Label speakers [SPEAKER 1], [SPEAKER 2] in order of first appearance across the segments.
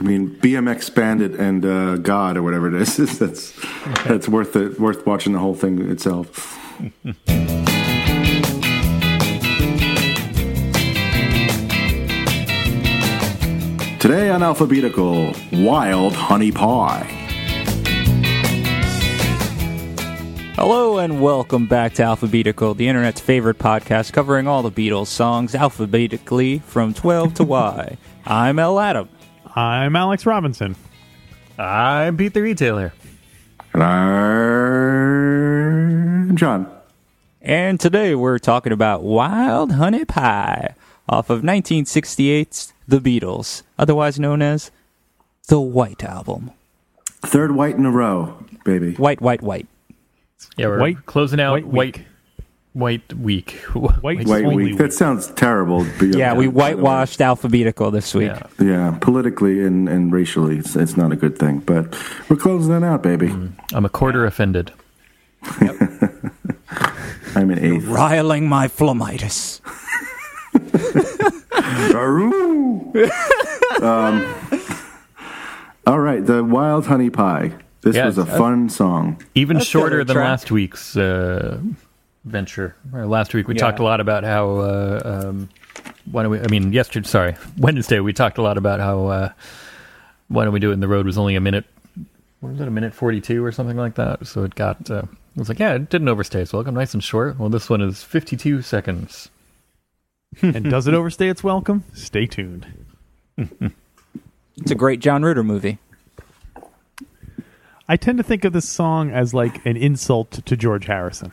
[SPEAKER 1] I mean, BMX Bandit and uh, God or whatever it is. that's that's worth it. Worth watching the whole thing itself. Today on Alphabetical, Wild Honey Pie.
[SPEAKER 2] Hello and welcome back to Alphabetical, the internet's favorite podcast covering all the Beatles songs alphabetically from 12 to Y. I'm El Adam.
[SPEAKER 3] I'm Alex Robinson.
[SPEAKER 4] I'm Pete the Retailer.
[SPEAKER 1] And I'm John.
[SPEAKER 2] And today we're talking about Wild Honey Pie off of 1968's The Beatles, otherwise known as the White Album.
[SPEAKER 1] Third white in a row, baby.
[SPEAKER 2] White, white, white.
[SPEAKER 4] Yeah, we're
[SPEAKER 3] White-
[SPEAKER 4] closing out
[SPEAKER 3] White
[SPEAKER 4] White
[SPEAKER 3] Week.
[SPEAKER 4] White White Week.
[SPEAKER 3] White
[SPEAKER 1] White
[SPEAKER 3] Only
[SPEAKER 1] week.
[SPEAKER 3] week.
[SPEAKER 1] That sounds terrible. but-
[SPEAKER 2] Yeah, we whitewashed Alphabetical this week.
[SPEAKER 4] Yeah.
[SPEAKER 1] Yeah, politically and, and racially, it's, it's not a good thing. But we're closing it out, baby.
[SPEAKER 4] I'm a quarter offended.
[SPEAKER 1] I'm an eighth.
[SPEAKER 2] Riling my phlomitis.
[SPEAKER 1] Aroo! um, all right, the Wild Honey Pie. This
[SPEAKER 4] Yeah,
[SPEAKER 1] was a
[SPEAKER 4] it's- uh,
[SPEAKER 1] fun song.
[SPEAKER 4] Even shorter
[SPEAKER 2] better
[SPEAKER 4] than
[SPEAKER 2] track.
[SPEAKER 4] last week's uh, venture. Or last week we
[SPEAKER 2] Yeah.
[SPEAKER 4] talked a lot about how. Uh, um, why don't we? I mean, yesterday. Sorry, Wednesday we talked a lot about how. Uh, why don't we do it in the road? Was only a minute. What was it? A minute forty-two or something like that. So it got. Uh, it was like, yeah, it didn't overstay its welcome, nice and short. Well, this one is fifty-two seconds.
[SPEAKER 3] and does it overstay its welcome? Stay tuned.
[SPEAKER 2] It's a great John Ritter movie.
[SPEAKER 3] I tend to think of this song as like an insult to George Harrison.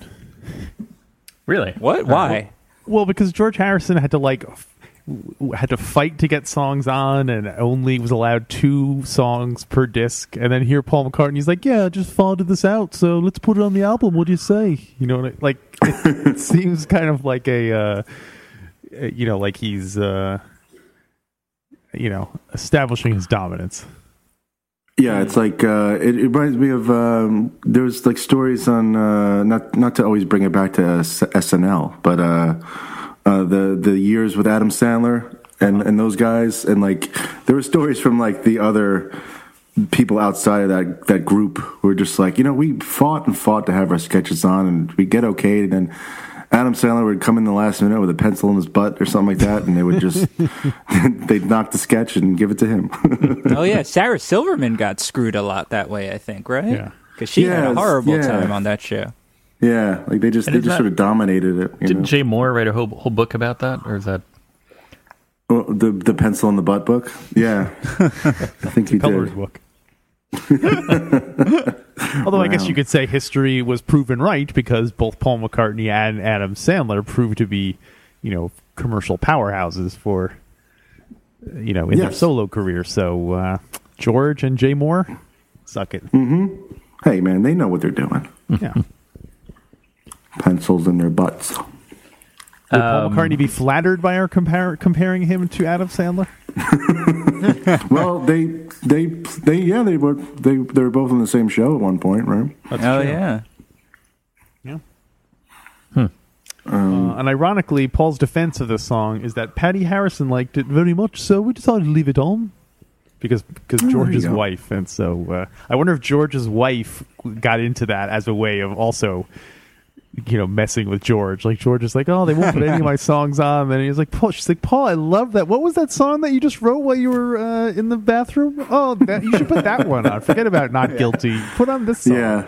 [SPEAKER 4] Really?
[SPEAKER 2] What? Why?
[SPEAKER 3] Well, because George Harrison had to like f- w- had to fight to get songs on, and only was allowed two songs per disc. And then here, Paul McCartney's like, "Yeah, I just followed this out, so let's put it on the album." What do you say? You know, what I, like it, it seems kind of like a, uh, uh, you know, like he's, uh, you know, establishing his dominance.
[SPEAKER 1] Yeah, it's like uh, it, it reminds me of um, there's like stories on uh, not not to always bring it back to S- SNL, but uh, uh, the the years with Adam Sandler and and those guys, and like there were stories from like the other people outside of that that group who were just like you know we fought and fought to have our sketches on and we get okay and then. Adam Sandler would come in the last minute with a pencil in his butt or something like that, and they would just they'd knock the sketch and give it to him.
[SPEAKER 2] oh yeah, Sarah Silverman got screwed a lot that way. I think, right?
[SPEAKER 3] Yeah.
[SPEAKER 2] because she had a
[SPEAKER 1] Yes,
[SPEAKER 2] horrible
[SPEAKER 1] yeah.
[SPEAKER 2] time on that show.
[SPEAKER 1] Yeah, like they just
[SPEAKER 4] And
[SPEAKER 1] they
[SPEAKER 4] is
[SPEAKER 1] just
[SPEAKER 4] that-
[SPEAKER 1] sort of dominated it. You
[SPEAKER 4] Didn't
[SPEAKER 1] know?
[SPEAKER 4] Jay Moore write a whole whole book about that, or is that?
[SPEAKER 1] Oh, the the pencil in the butt book. Yeah, I think he
[SPEAKER 3] Peller's
[SPEAKER 1] did.
[SPEAKER 3] book. Although I guess
[SPEAKER 1] Wow.
[SPEAKER 3] you could say history was proven right because both Paul McCartney and Adam Sandler proved to be, you know, commercial powerhouses for, uh, you know, in their
[SPEAKER 1] Yes.
[SPEAKER 3] solo career. So uh, George and Jay Moore, suck it.
[SPEAKER 1] Mm. Hey man, they know what they're doing.
[SPEAKER 3] Yeah. Would
[SPEAKER 1] Pencils in their butts.
[SPEAKER 3] Paul McCartney be flattered by our compar- comparing him to Adam Sandler?
[SPEAKER 1] Well, they they they yeah they were they they were both on the same show at one point, right?
[SPEAKER 2] oh yeah,
[SPEAKER 3] Yeah.
[SPEAKER 1] Um,
[SPEAKER 3] Uh, and ironically, Paul's defense of this song is that Patty Harrison liked it very much, so we decided to leave it on because because George's
[SPEAKER 1] go.
[SPEAKER 3] wife, and so uh, I wonder if George's wife got into that as a way of also. You know, messing with George. Like George is like, oh, they won't put any of my songs on. And he's like, Paul. She's like, Paul, I love that. What was that song that you just wrote while you were uh, in the bathroom? Oh, that, you should put that one on. Forget about not guilty. Put on this song.
[SPEAKER 1] Yeah,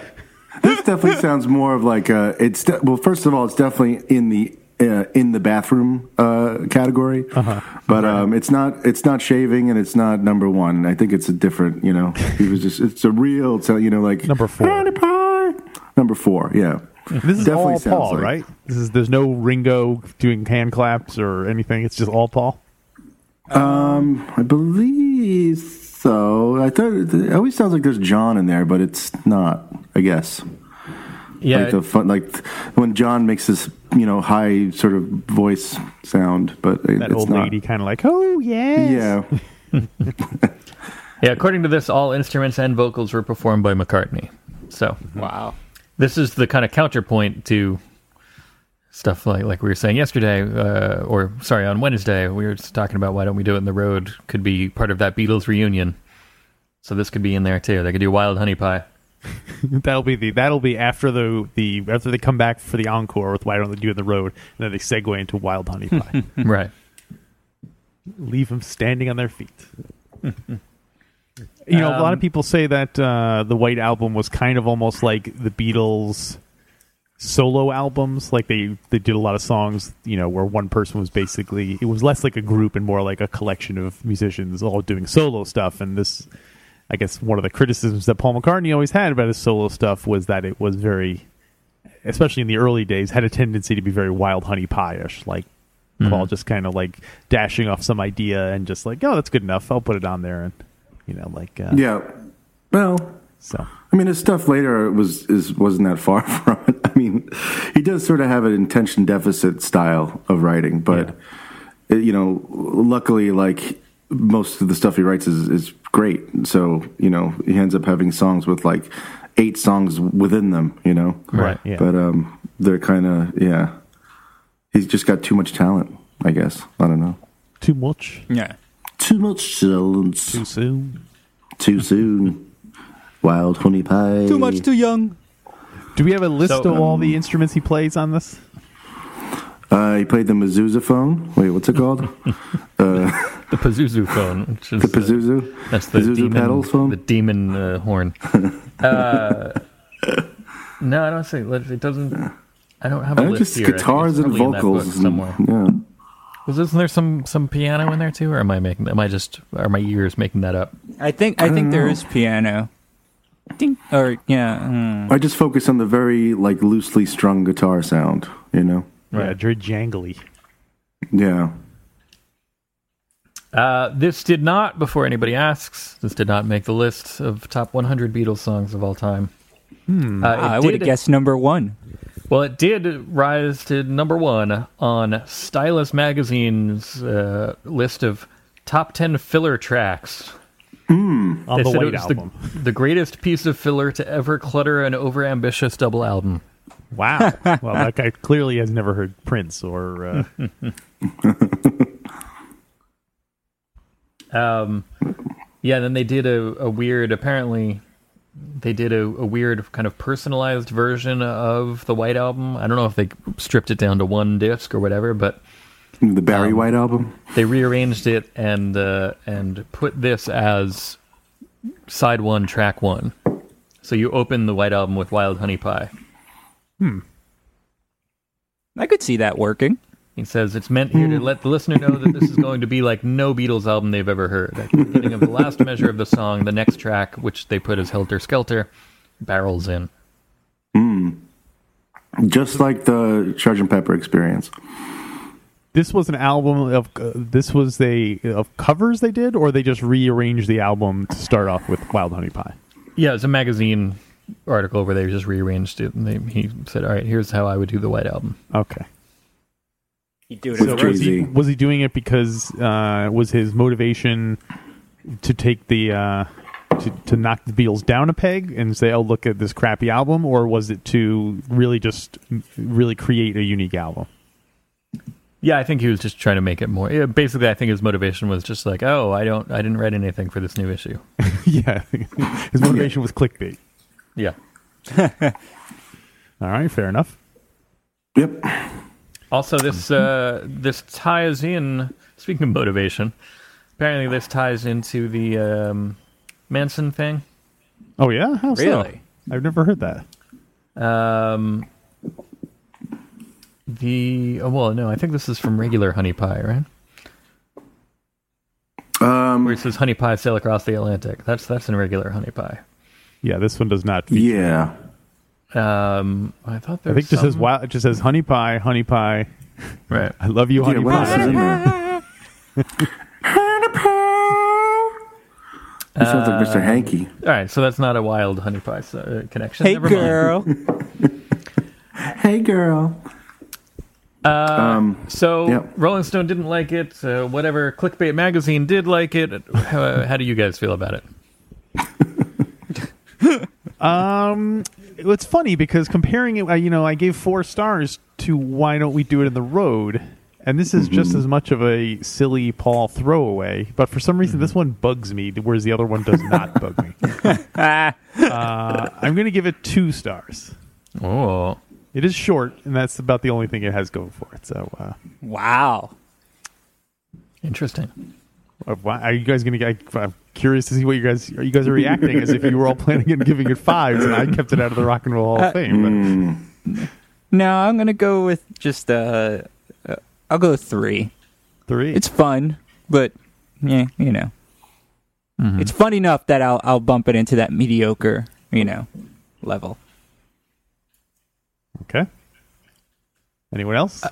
[SPEAKER 1] this definitely sounds more of like uh, it's de- well. First of all, it's definitely in the uh, in the bathroom uh, category,
[SPEAKER 3] Uh-huh.
[SPEAKER 1] but um, it's not it's not shaving and it's not number one. I think it's a different. You know, he was just it's a real. It's a, you know like
[SPEAKER 3] Number four. Mm-hmm.
[SPEAKER 1] "Honey pie." Number four. Yeah.
[SPEAKER 3] This is
[SPEAKER 1] Definitely
[SPEAKER 3] all
[SPEAKER 1] sounds
[SPEAKER 3] Paul,
[SPEAKER 1] like-
[SPEAKER 3] right? This is there's no Ringo doing hand claps or anything. It's just all Paul.
[SPEAKER 1] I believe so. I thought it always sounds like there's John in there, but it's not. I guess.
[SPEAKER 4] Yeah,
[SPEAKER 1] Like the fun, like when John makes this, you know, high sort of voice sound, but it,
[SPEAKER 3] That
[SPEAKER 1] it's
[SPEAKER 3] old
[SPEAKER 1] not.
[SPEAKER 3] lady kind of like, oh yes.
[SPEAKER 1] Yeah,
[SPEAKER 4] Yeah, according to this, all instruments and vocals were performed by McCartney. So
[SPEAKER 2] wow.
[SPEAKER 4] this is the kind of counterpoint to stuff like like we were saying yesterday, uh, or sorry, on Wednesday, we were just talking about why don't we do it in the road? Could be part of that Beatles reunion. So this could be in there too. They could do Wild Honey Pie.
[SPEAKER 3] that'll be the that'll be after the the after they come back for the encore with Why Don't They Do It in the Road, and then they segue into Wild Honey Pie.
[SPEAKER 4] right.
[SPEAKER 3] Leave them standing on their feet. you know, a
[SPEAKER 1] Um,
[SPEAKER 3] lot of people say that uh, the White Album was kind of almost like the Beatles' solo albums. Like they they did a lot of songs, you know, where one person was basically it was less like a group and more like a collection of musicians all doing solo stuff. And this, I guess, one of the criticisms that Paul McCartney always had about his solo stuff was that it was very, especially in the early days, had a tendency to be very wild honey pie-ish, like. Paul just kind of like dashing off some idea and just like, oh, that's good enough. I'll put it on there, and you know, like, uh,
[SPEAKER 1] Yeah. Well,
[SPEAKER 3] So
[SPEAKER 1] I mean, his stuff later was is wasn't that far from it. I mean, he does sort of have an intention deficit style of writing, but uh, you know, luckily, like most of the stuff he writes is is great. So you know, he ends up having songs with like eight songs within them. You know,
[SPEAKER 4] Right,
[SPEAKER 3] yeah.
[SPEAKER 1] But um, they're kind of yeah. He's just got too much talent, I guess. I don't know.
[SPEAKER 3] too much,
[SPEAKER 2] Yeah.
[SPEAKER 1] Too much talent.
[SPEAKER 3] too soon.
[SPEAKER 1] Too soon. Wild honey pie.
[SPEAKER 2] Too much, too young.
[SPEAKER 3] Do we have a list
[SPEAKER 4] So,
[SPEAKER 3] of all the instruments he plays on this?
[SPEAKER 1] Uh, he played the Mezuzah phone. Wait, what's it called?
[SPEAKER 4] The Pazuzu phone, which is
[SPEAKER 1] The
[SPEAKER 4] uh,
[SPEAKER 1] Pazuzu.
[SPEAKER 4] That's the
[SPEAKER 1] Pazuzu
[SPEAKER 4] demon,
[SPEAKER 1] pedals phone?
[SPEAKER 4] The demon uh, horn. uh, no, I don't see. let- It doesn't. I don't have a
[SPEAKER 1] I think
[SPEAKER 4] list
[SPEAKER 1] just
[SPEAKER 4] here.
[SPEAKER 1] guitars
[SPEAKER 4] It's
[SPEAKER 1] and
[SPEAKER 4] probably in that
[SPEAKER 1] vocals.
[SPEAKER 4] book
[SPEAKER 1] and-
[SPEAKER 4] somewhere.
[SPEAKER 1] yeah.
[SPEAKER 4] Was isn't there some some piano in there too, or am I making? Am I just? Are my ears making that up?
[SPEAKER 2] I think I, think
[SPEAKER 1] Um,
[SPEAKER 2] there is piano. Ding or yeah. mm.
[SPEAKER 1] I just focus on the very like loosely strung guitar sound. You know.
[SPEAKER 3] Yeah, very jangly.
[SPEAKER 1] Yeah.
[SPEAKER 4] Uh, this did not. Before anybody asks, this did not make the list of top 100 Beatles songs of all time.
[SPEAKER 3] Hmm.
[SPEAKER 4] Uh, it
[SPEAKER 2] Ah, I would have
[SPEAKER 4] did-
[SPEAKER 2] guessed number one.
[SPEAKER 4] Well, it did rise to number one on Stylus Magazine's uh, list of top 10 filler tracks.
[SPEAKER 3] On
[SPEAKER 4] They
[SPEAKER 3] the
[SPEAKER 4] said
[SPEAKER 3] White
[SPEAKER 4] it was
[SPEAKER 3] Album.
[SPEAKER 4] The, the greatest piece of filler to ever clutter an overambitious double album.
[SPEAKER 3] Wow. well, that guy clearly has never heard Prince or uh,
[SPEAKER 4] Um, yeah, then they did a, a weird, apparently, they did a, a weird kind of personalized version of the White Album. I don't know if they stripped it down to one disc or whatever, but
[SPEAKER 1] The Barry
[SPEAKER 4] Um,
[SPEAKER 1] White album.
[SPEAKER 4] they rearranged it and uh, and put this as side one, track one. So you open the White Album with Wild Honey Pie.
[SPEAKER 2] I could see that working.
[SPEAKER 4] He says it's meant here to let the listener know that this is going to be like no Beatles album they've ever heard. At the beginning of the last measure of the song, the next track, which they put as Helter Skelter, barrels in.
[SPEAKER 1] Just like the Sgt. Pepper experience.
[SPEAKER 3] this was an album of uh, this was a of covers they did, or they just rearranged the album to start off with Wild Honey Pie.
[SPEAKER 4] Yeah, it's a magazine article where they just rearranged it, and they, he said, "All right, here's how I would do the White Album."
[SPEAKER 3] Okay.
[SPEAKER 2] You do it
[SPEAKER 1] So-
[SPEAKER 3] was he,
[SPEAKER 1] Jay-Z.
[SPEAKER 3] was he doing it because uh, was his motivation to take the uh, to, to knock the Beatles down a peg and say, "Oh, look at this crappy album," or was it to really just really create a unique album?
[SPEAKER 4] Yeah, I think he was just trying to make it more. Yeah, basically, I think his motivation was just like, "Oh, I don't, I didn't write anything for this new issue."
[SPEAKER 3] yeah, his motivation was clickbait.
[SPEAKER 4] Yeah.
[SPEAKER 3] All right, fair enough.
[SPEAKER 1] Yep.
[SPEAKER 4] Also, this uh,
[SPEAKER 3] Mm-hmm.
[SPEAKER 4] this ties in. Speaking of motivation, apparently this ties into the um, Manson thing.
[SPEAKER 3] Oh yeah, how so?
[SPEAKER 2] Really?
[SPEAKER 3] I've never heard that.
[SPEAKER 4] Um, the oh, well, no, I think this is from regular Honey Pie, right? Where
[SPEAKER 1] Um,
[SPEAKER 4] it says Honey Pie sail across the Atlantic. That's that's in regular Honey Pie.
[SPEAKER 3] Yeah, this one does not. Feature.
[SPEAKER 1] yeah.
[SPEAKER 4] Um, I thought there
[SPEAKER 3] I think it
[SPEAKER 4] was
[SPEAKER 3] just says
[SPEAKER 4] some-
[SPEAKER 3] wild. It just says honey pie, honey pie.
[SPEAKER 4] Right.
[SPEAKER 3] I love you,
[SPEAKER 1] Yeah,
[SPEAKER 3] honey
[SPEAKER 1] what else is
[SPEAKER 3] pie.
[SPEAKER 1] in there? It sounds
[SPEAKER 4] Uh,
[SPEAKER 1] like Mr. Hanky.
[SPEAKER 4] All right, so that's not a wild Honey Pie uh, connection.
[SPEAKER 2] Hey
[SPEAKER 4] Never mind.
[SPEAKER 2] girl.
[SPEAKER 1] Hey, girl.
[SPEAKER 4] uh,
[SPEAKER 1] Um,
[SPEAKER 4] So
[SPEAKER 1] Yeah.
[SPEAKER 4] Rolling Stone didn't like it. Uh, whatever Clickbait magazine did like it. Uh, how do you guys feel about it?
[SPEAKER 3] it's funny because comparing it, uh, you know, I gave four stars to why don't we do it in the road, And this is just as much of a silly Paul throwaway, but for some reason this one bugs me, whereas the other one does not bug me.
[SPEAKER 2] Ah,
[SPEAKER 3] uh, I'm going to give it two stars.
[SPEAKER 4] Oh,
[SPEAKER 3] It is short, and that's about the only thing it has going for it. So, uh,
[SPEAKER 2] Wow.
[SPEAKER 4] interesting.
[SPEAKER 3] Uh, why- Are you guys going to? I'm curious to see what you guys are. You guys are reacting as if you were all planning on giving it fives, and I kept it out of the Rock and Roll Hall of Fame.
[SPEAKER 2] No, I'm gonna go with just uh, uh, I'll go with three.
[SPEAKER 3] But three.
[SPEAKER 2] It's fun, but yeah, you know,
[SPEAKER 1] Mm-hmm.
[SPEAKER 2] it's fun enough that I'll I'll bump it into that mediocre, you know, level.
[SPEAKER 3] okay. Anyone else?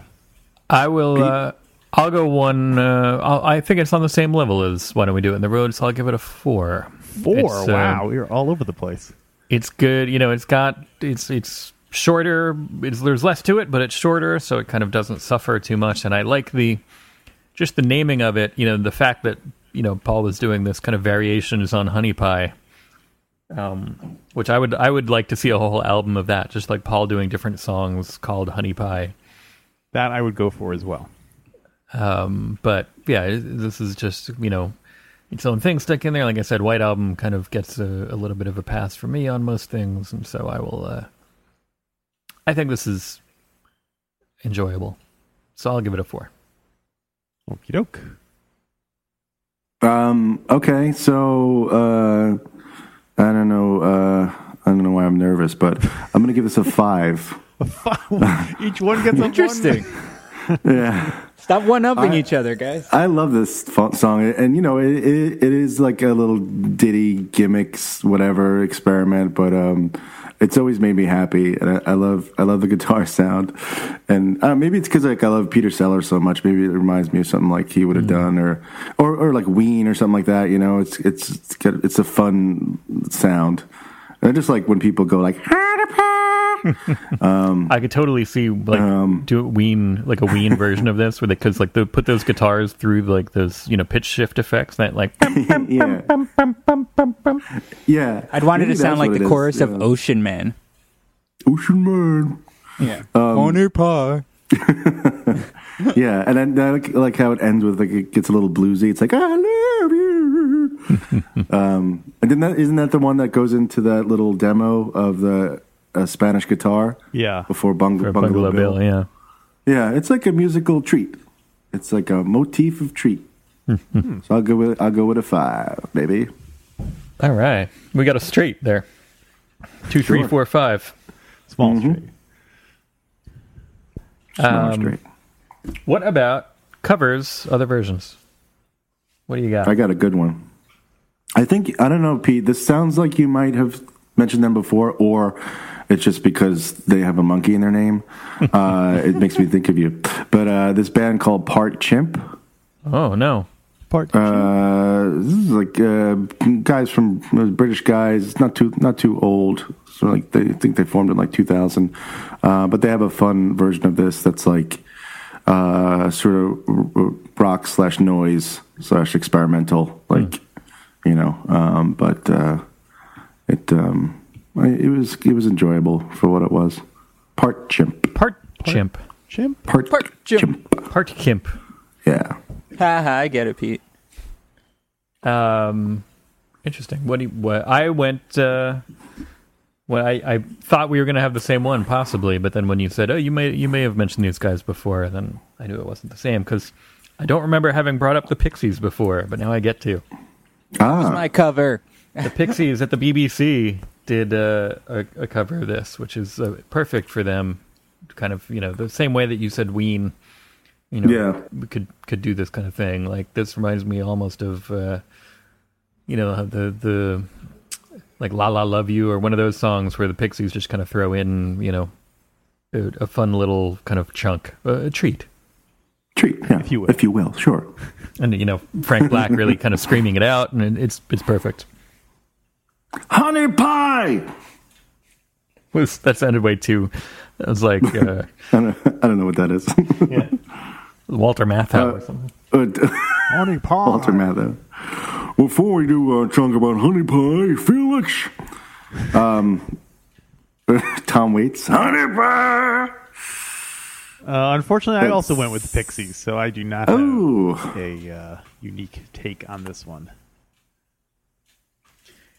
[SPEAKER 4] I will. Uh, I'll go one. Uh, I'll, I think it's on the same level as why don't we do it in the road? So I'll give it a four.
[SPEAKER 3] Four.
[SPEAKER 4] It's, uh,
[SPEAKER 3] wow, we are all over the place.
[SPEAKER 4] it's good. You know, it's got it's it's shorter. It's, there's less to it, but it's shorter, so it kind of doesn't suffer too much. And I like the just the naming of it. You know, the fact that you know Paul is doing this kind of variations on Honey Pie, um, which I would I would like to see a whole album of that, just like Paul doing different songs called Honey Pie.
[SPEAKER 3] That I would go for as well.
[SPEAKER 4] Um, but yeah, it- this is just you know its own thing stuck in there. Like I said, White Album kind of gets a, a little bit of a pass for me on most things, and so I will. Uh, I think this is enjoyable, so I'll give it a four.
[SPEAKER 3] Okie doke.
[SPEAKER 1] Um. Okay. So uh, I don't know. Uh, I don't know why I'm nervous, but I'm gonna give this a five.
[SPEAKER 3] Each one gets a
[SPEAKER 2] Interesting.
[SPEAKER 1] yeah,
[SPEAKER 2] Stop one upping
[SPEAKER 1] I-
[SPEAKER 2] each other, guys.
[SPEAKER 1] I love this fo- song, and you know, it, it it is like a little ditty gimmicks, whatever experiment, but um. It's always made me happy, and I, I love I love the guitar sound, and uh, maybe it's because like I love Peter Sellers so much. Maybe it reminds me of something like he would have done, or, or or like Ween or something like that. You know, it's it's it's, got- it's a fun sound, and I just like when people go like
[SPEAKER 4] I could totally see like do a Ween like a Ween version of this, where they because like they put those guitars through like those you know pitch shift effects that like
[SPEAKER 1] yeah. Yeah.
[SPEAKER 2] I'd want it
[SPEAKER 1] Maybe
[SPEAKER 2] to
[SPEAKER 1] that's
[SPEAKER 2] sound like
[SPEAKER 1] what
[SPEAKER 2] the
[SPEAKER 1] it is,
[SPEAKER 2] chorus
[SPEAKER 1] yeah.
[SPEAKER 2] of Ocean Man.
[SPEAKER 1] Ocean Man.
[SPEAKER 2] Yeah.
[SPEAKER 1] Um,
[SPEAKER 2] Honor par.
[SPEAKER 1] Yeah, and then I like, like how it ends with like it gets a little bluesy. It's like I love you. um, and then that isn't that the one that goes into that little demo of the uh, Spanish guitar
[SPEAKER 3] Yeah.
[SPEAKER 1] before Bung-
[SPEAKER 4] for
[SPEAKER 1] Bungalow,
[SPEAKER 4] Bungalow
[SPEAKER 1] Bill.
[SPEAKER 4] Bill. yeah.
[SPEAKER 1] Yeah, it's like a musical treat. It's like a motif of treat. so I'll go with I'll go with a five, baby.
[SPEAKER 4] All right, we got a straight there. Two, three,
[SPEAKER 1] Sure.
[SPEAKER 4] four, five.
[SPEAKER 3] Small
[SPEAKER 1] Mm-hmm.
[SPEAKER 3] street.
[SPEAKER 1] Smile
[SPEAKER 4] Um,
[SPEAKER 1] straight.
[SPEAKER 4] What about covers other versions? What do you got?
[SPEAKER 1] I got a good one. I think I don't know, Pete. This sounds like you might have mentioned them before, or it's just because they have a monkey in their name. Uh, it makes me think of you. But uh, this band called Part Chimp.
[SPEAKER 4] oh no.
[SPEAKER 3] Part.
[SPEAKER 1] Uh, this is like uh, guys from uh, British guys, not too not too old. So like they I think they formed in like 2000, uh, but they have a fun version of this that's like uh, sort of r- r- rock slash noise slash experimental,
[SPEAKER 3] Hmm.
[SPEAKER 1] like you know. Um, but uh, it um, I- it was it was enjoyable for what it was. Part chimp,
[SPEAKER 4] Part chimp.
[SPEAKER 3] Chimp.
[SPEAKER 1] part,
[SPEAKER 2] Part chimp.
[SPEAKER 4] Part chimp.
[SPEAKER 1] yeah.
[SPEAKER 2] Ha ha, I get it, Pete.
[SPEAKER 4] Um interesting. What do you, what I went uh well, I, I thought we were going to have the same one, possibly, but then when you said, "Oh, you may you may have mentioned these guys before," then I knew it wasn't the same because I don't remember having brought up the Pixies before, but now I get to.
[SPEAKER 1] Ah,
[SPEAKER 2] My cover.
[SPEAKER 4] The Pixies at the BBC did uh, a, a cover of this, which is uh, perfect for them. Kind of, you know, the same way that you said Ween, you know,
[SPEAKER 1] Yeah.
[SPEAKER 4] we could could do this kind of thing. Like this reminds me almost of, uh, you know, how the the like La La Love You or one of those songs where the Pixies just kind of throw in, you know, a, a fun little kind of chunk, a, a treat.
[SPEAKER 1] treat, yeah,
[SPEAKER 3] If you will.
[SPEAKER 1] if you will, sure.
[SPEAKER 4] And you know, Frank Black really kind of screaming it out, and it's it's perfect.
[SPEAKER 1] Honey pie.
[SPEAKER 4] was that sounded way too. It was like uh,
[SPEAKER 1] I don't, I don't know what that is.
[SPEAKER 4] Walter Matthau or something.
[SPEAKER 1] Uh,
[SPEAKER 3] Honey Paul.
[SPEAKER 1] Walter Matthau. Before we do a chunk about honey pie, Felix. Um, Tom Waits. Honey pie!
[SPEAKER 3] Uh, unfortunately, I also went with Pixies, so I do not have
[SPEAKER 1] Oh,
[SPEAKER 3] a uh, unique take on this one.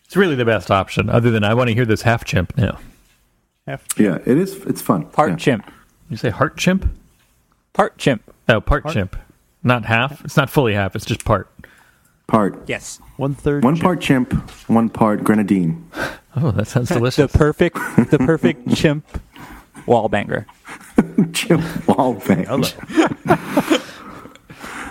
[SPEAKER 4] It's really the best option. Other than I want to hear this half chimp now.
[SPEAKER 3] Half
[SPEAKER 1] yeah, it is. It's fun.
[SPEAKER 2] Part
[SPEAKER 1] yeah.
[SPEAKER 2] chimp.
[SPEAKER 4] You say heart chimp?
[SPEAKER 2] Part chimp.
[SPEAKER 4] Oh, part, chimp. Not half. It's not fully half. It's just part.
[SPEAKER 1] Part
[SPEAKER 2] Yes.
[SPEAKER 3] one third.
[SPEAKER 1] one
[SPEAKER 3] chip.
[SPEAKER 1] part chimp, one part grenadine.
[SPEAKER 4] Oh, that sounds
[SPEAKER 2] The
[SPEAKER 4] delicious.
[SPEAKER 2] perfect the perfect chimp wall banger.
[SPEAKER 1] Chimp wall bang.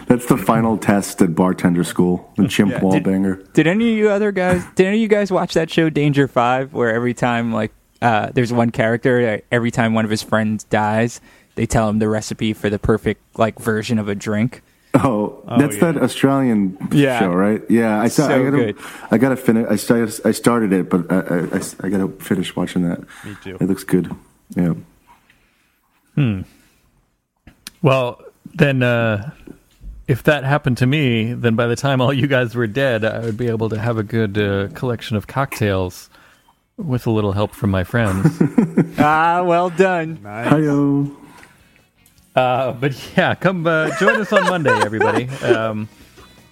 [SPEAKER 1] That's the final test at bartender school. The chimp wall banger.
[SPEAKER 2] Did any of you other guys? Did any of you guys watch that show Danger Five, where every time like uh, there's one character, uh, every time one of his friends dies, they tell him the recipe for the perfect like version of a drink.
[SPEAKER 1] Oh, that's
[SPEAKER 3] yeah.
[SPEAKER 1] that Australian
[SPEAKER 2] Yeah.
[SPEAKER 1] show, right? Yeah, I saw.
[SPEAKER 2] So
[SPEAKER 1] I gotta,
[SPEAKER 2] good.
[SPEAKER 1] I gotta finish. I started. I started it, but I, I, I- I gotta finish watching that.
[SPEAKER 3] Me too.
[SPEAKER 1] It looks good. Yeah.
[SPEAKER 4] well, then uh, if that happened to me, then by the time all you guys were dead, I would be able to have a good uh, collection of cocktails with a little help from my friends.
[SPEAKER 2] ah, well done.
[SPEAKER 3] Nice.
[SPEAKER 1] Hiyo.
[SPEAKER 4] uh, but yeah, come uh, join us on Monday, everybody. Um,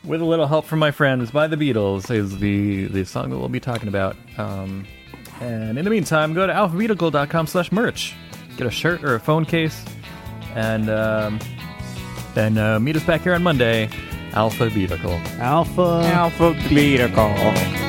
[SPEAKER 4] with a little help from my friends by the Beatles is the, the song that we'll be talking about. Um, and in the meantime, go to alphabetical.com slash merch. Get a shirt or a phone case. And um, then uh, meet us back here on Monday. Alphabetical.
[SPEAKER 3] Alpha.
[SPEAKER 2] Alphabetical.